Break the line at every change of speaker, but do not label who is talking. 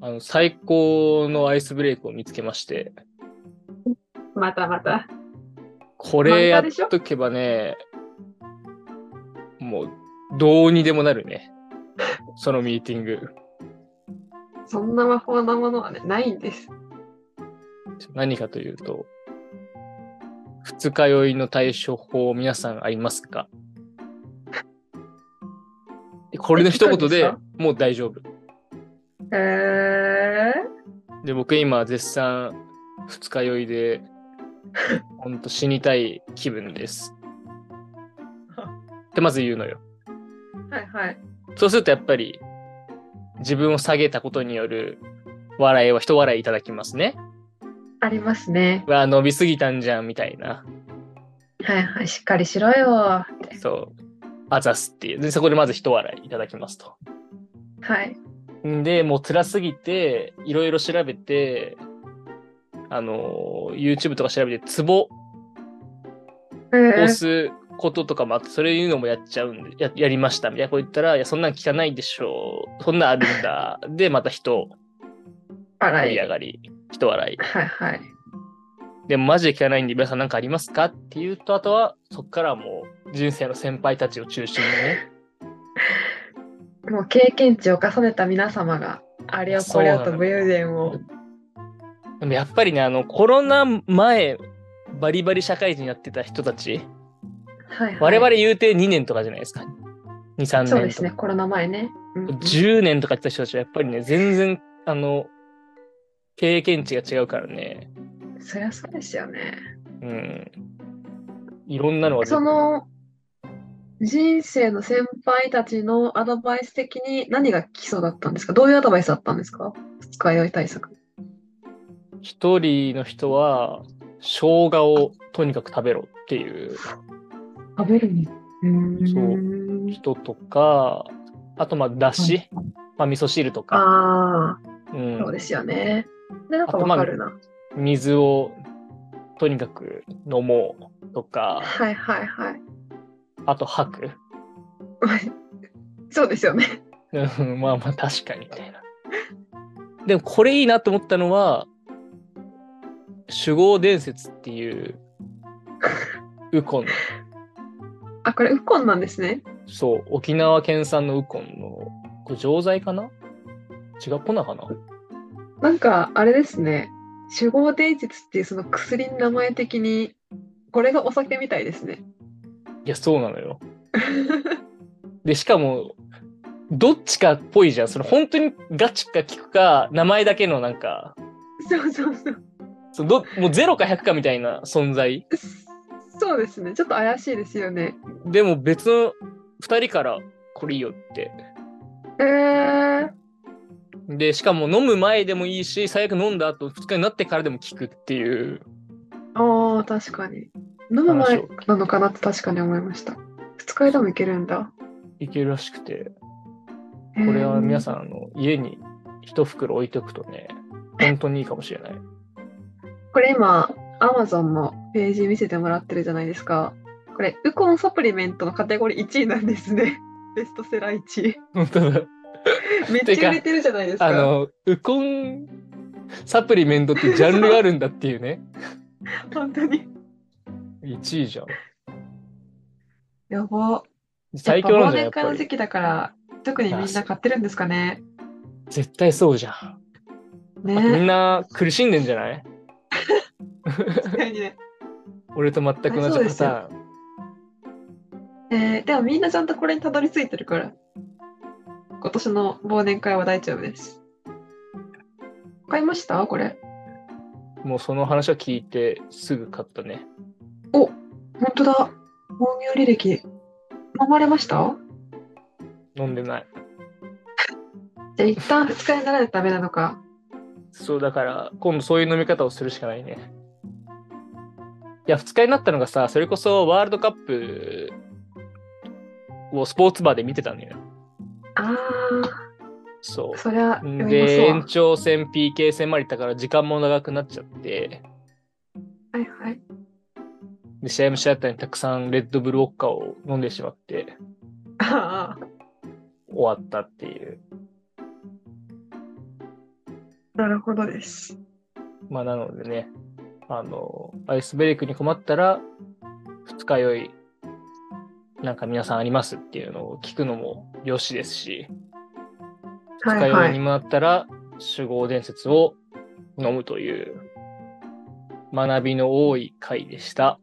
あの最高のアイスブレイクを見つけまして、
またまた。
これや
漫画
っ
でしょ
とけばね、もうどうにでもなるね。そのミーティング。
そんな魔法なものはね、ないんです。
何かというと、二日酔いの対処法皆さんありますかこれの一言
え聞
で
かれ
もう大丈夫。
へえ
で、僕今絶賛二日酔いで、ほんと死にたい気分 です。ってまず言うのよ。
はいはい。
そうするとやっぱり自分を下げたことによる笑いは一笑いいただきますね。
ありますね。
うわあ、伸びすぎたんじゃんみたいな。
はいはい。しっかりしろよ。
そう。あざすっていう。で、そこでまず一笑いいただきますと。
はい。
んで、もう辛すぎて、いろいろ調べて、あのー、YouTube とか調べて、ツボ
え
押
ー、
すこととかもあって、それいうのもやっちゃうんで、ややりましたみたいなこと言ったら、いや、そんなん聞かないでしょう。そんなんあるんだ。で、また人、盛
笑い。
り上
は
がり、人笑い。
いはい。
でもマジで聞かないんで、皆さん何かありますかっていうと、あとは、そっからはもう、人生の先輩たちを中心にね、
もう経験値を重ねた皆様が、あれをこれをと武勇伝を。
でもやっぱりね、あの、コロナ前、バリバリ社会人やってた人たち、
はいはい、
我々言うて2年とかじゃないですか。2、3年とか。
そうですね、コロナ前ね。うんうん
10年とかやってた人たちはやっぱりね、全然、あの、経験値が違うからね。
そりゃそうですよね。
うん。いろんなのが出て
その人生の先輩たちのアドバイス的に何が基礎だったんですかどういうアドバイスだったんですか二日酔い対策。
一人の人は、生姜をとにかく食べろっていう
食べるに。
人とか、あと、まあ、だし、まあ、味噌汁とか、
あ
う
あ、そうで
ん、
すよね。で、なんか
あとま
わ
あ
かるな。
水をとにかく飲もうとか、
はいはいはい。
あと吐く。
そうですよね。
うんまあまあ確かにみたいな。でもこれいいなと思ったのは守護伝説っていうウコンの
あ、これウコンなんですね。
そう沖縄県産のウコンのこれ錠剤かな違う粉かな
なんかあれですね。守護伝説っていうその薬の名前的に、これがお酒みたいですね。
いやそうなのよ。でしかもどっちかっぽいじゃんその本当にガチか効くか名前だけのなんか
そうそうそう。
そのどもう0か100かみたいな存在。
そうですね。ちょっと怪しいですよね。
でも別の2人からこれいいよって。
えー、
で、しかも飲む前でもいいし、最悪飲んだ後、2日になってからでも効くっていう。
ああ、確かに。飲む
話
前
を
なのかなって確かに思いました。二日酔いでもいけるんだ。
いけるらしくて、これは皆さん、あの、家に一袋置いておくとね、本当にいいかもしれない。
ん。これ今、Amazon のページ見せてもらってるじゃないですか。これ、ウコンサプリメントのカテゴリー1位なんですね。 ベストセラー1位。
本当だ。
めっちゃ売れてるじゃないですか。
あの、ウコンサプリメントってジャンルがあるんだっていうね。
本当に。
1位じゃん。
やば。
最強なんじゃない
や
や
っ
っ
ぱ忘年会
ぱ
の時
り。
期だから、特にみんな買ってるんですかね。
絶対そうじゃん。みん
ね。
な苦しんでんじゃない
確かにね
俺と全く同じパターン。
えー、でもみんなちゃんとこれにたどり着いてるから、今年の忘年会は大丈夫です。買いましたこれ。
もうその話を聞いてすぐ買ったね。
お本当だ。購入履歴。飲まれました
飲んでない。
じゃあ一旦二日にならないとダメなのか。
そうだから今度そういう飲み方をするしかないね。いや、2日になったのがさ、それこそワールドカップをスポーツバーで見てたのよ。
あ
そ
あ、そりゃ
う。
読みます
で、
わ。
延長戦、PK 戦までいったから時間も長くなっちゃって、
はいはい。
で試合も試合だったのにたくさんレッドブルウォッカを飲んでしまって
ああ、
終わったっていう。
なるほどです。
まあ、なのでね、あの、アイスブレイクに困ったら、二日酔い、なんか皆さんありますっていうのを聞くのもよしですし、二
は
日
い
酔
はい
に
い。
もなったら、守護伝説を飲むという、学びの多い回でした。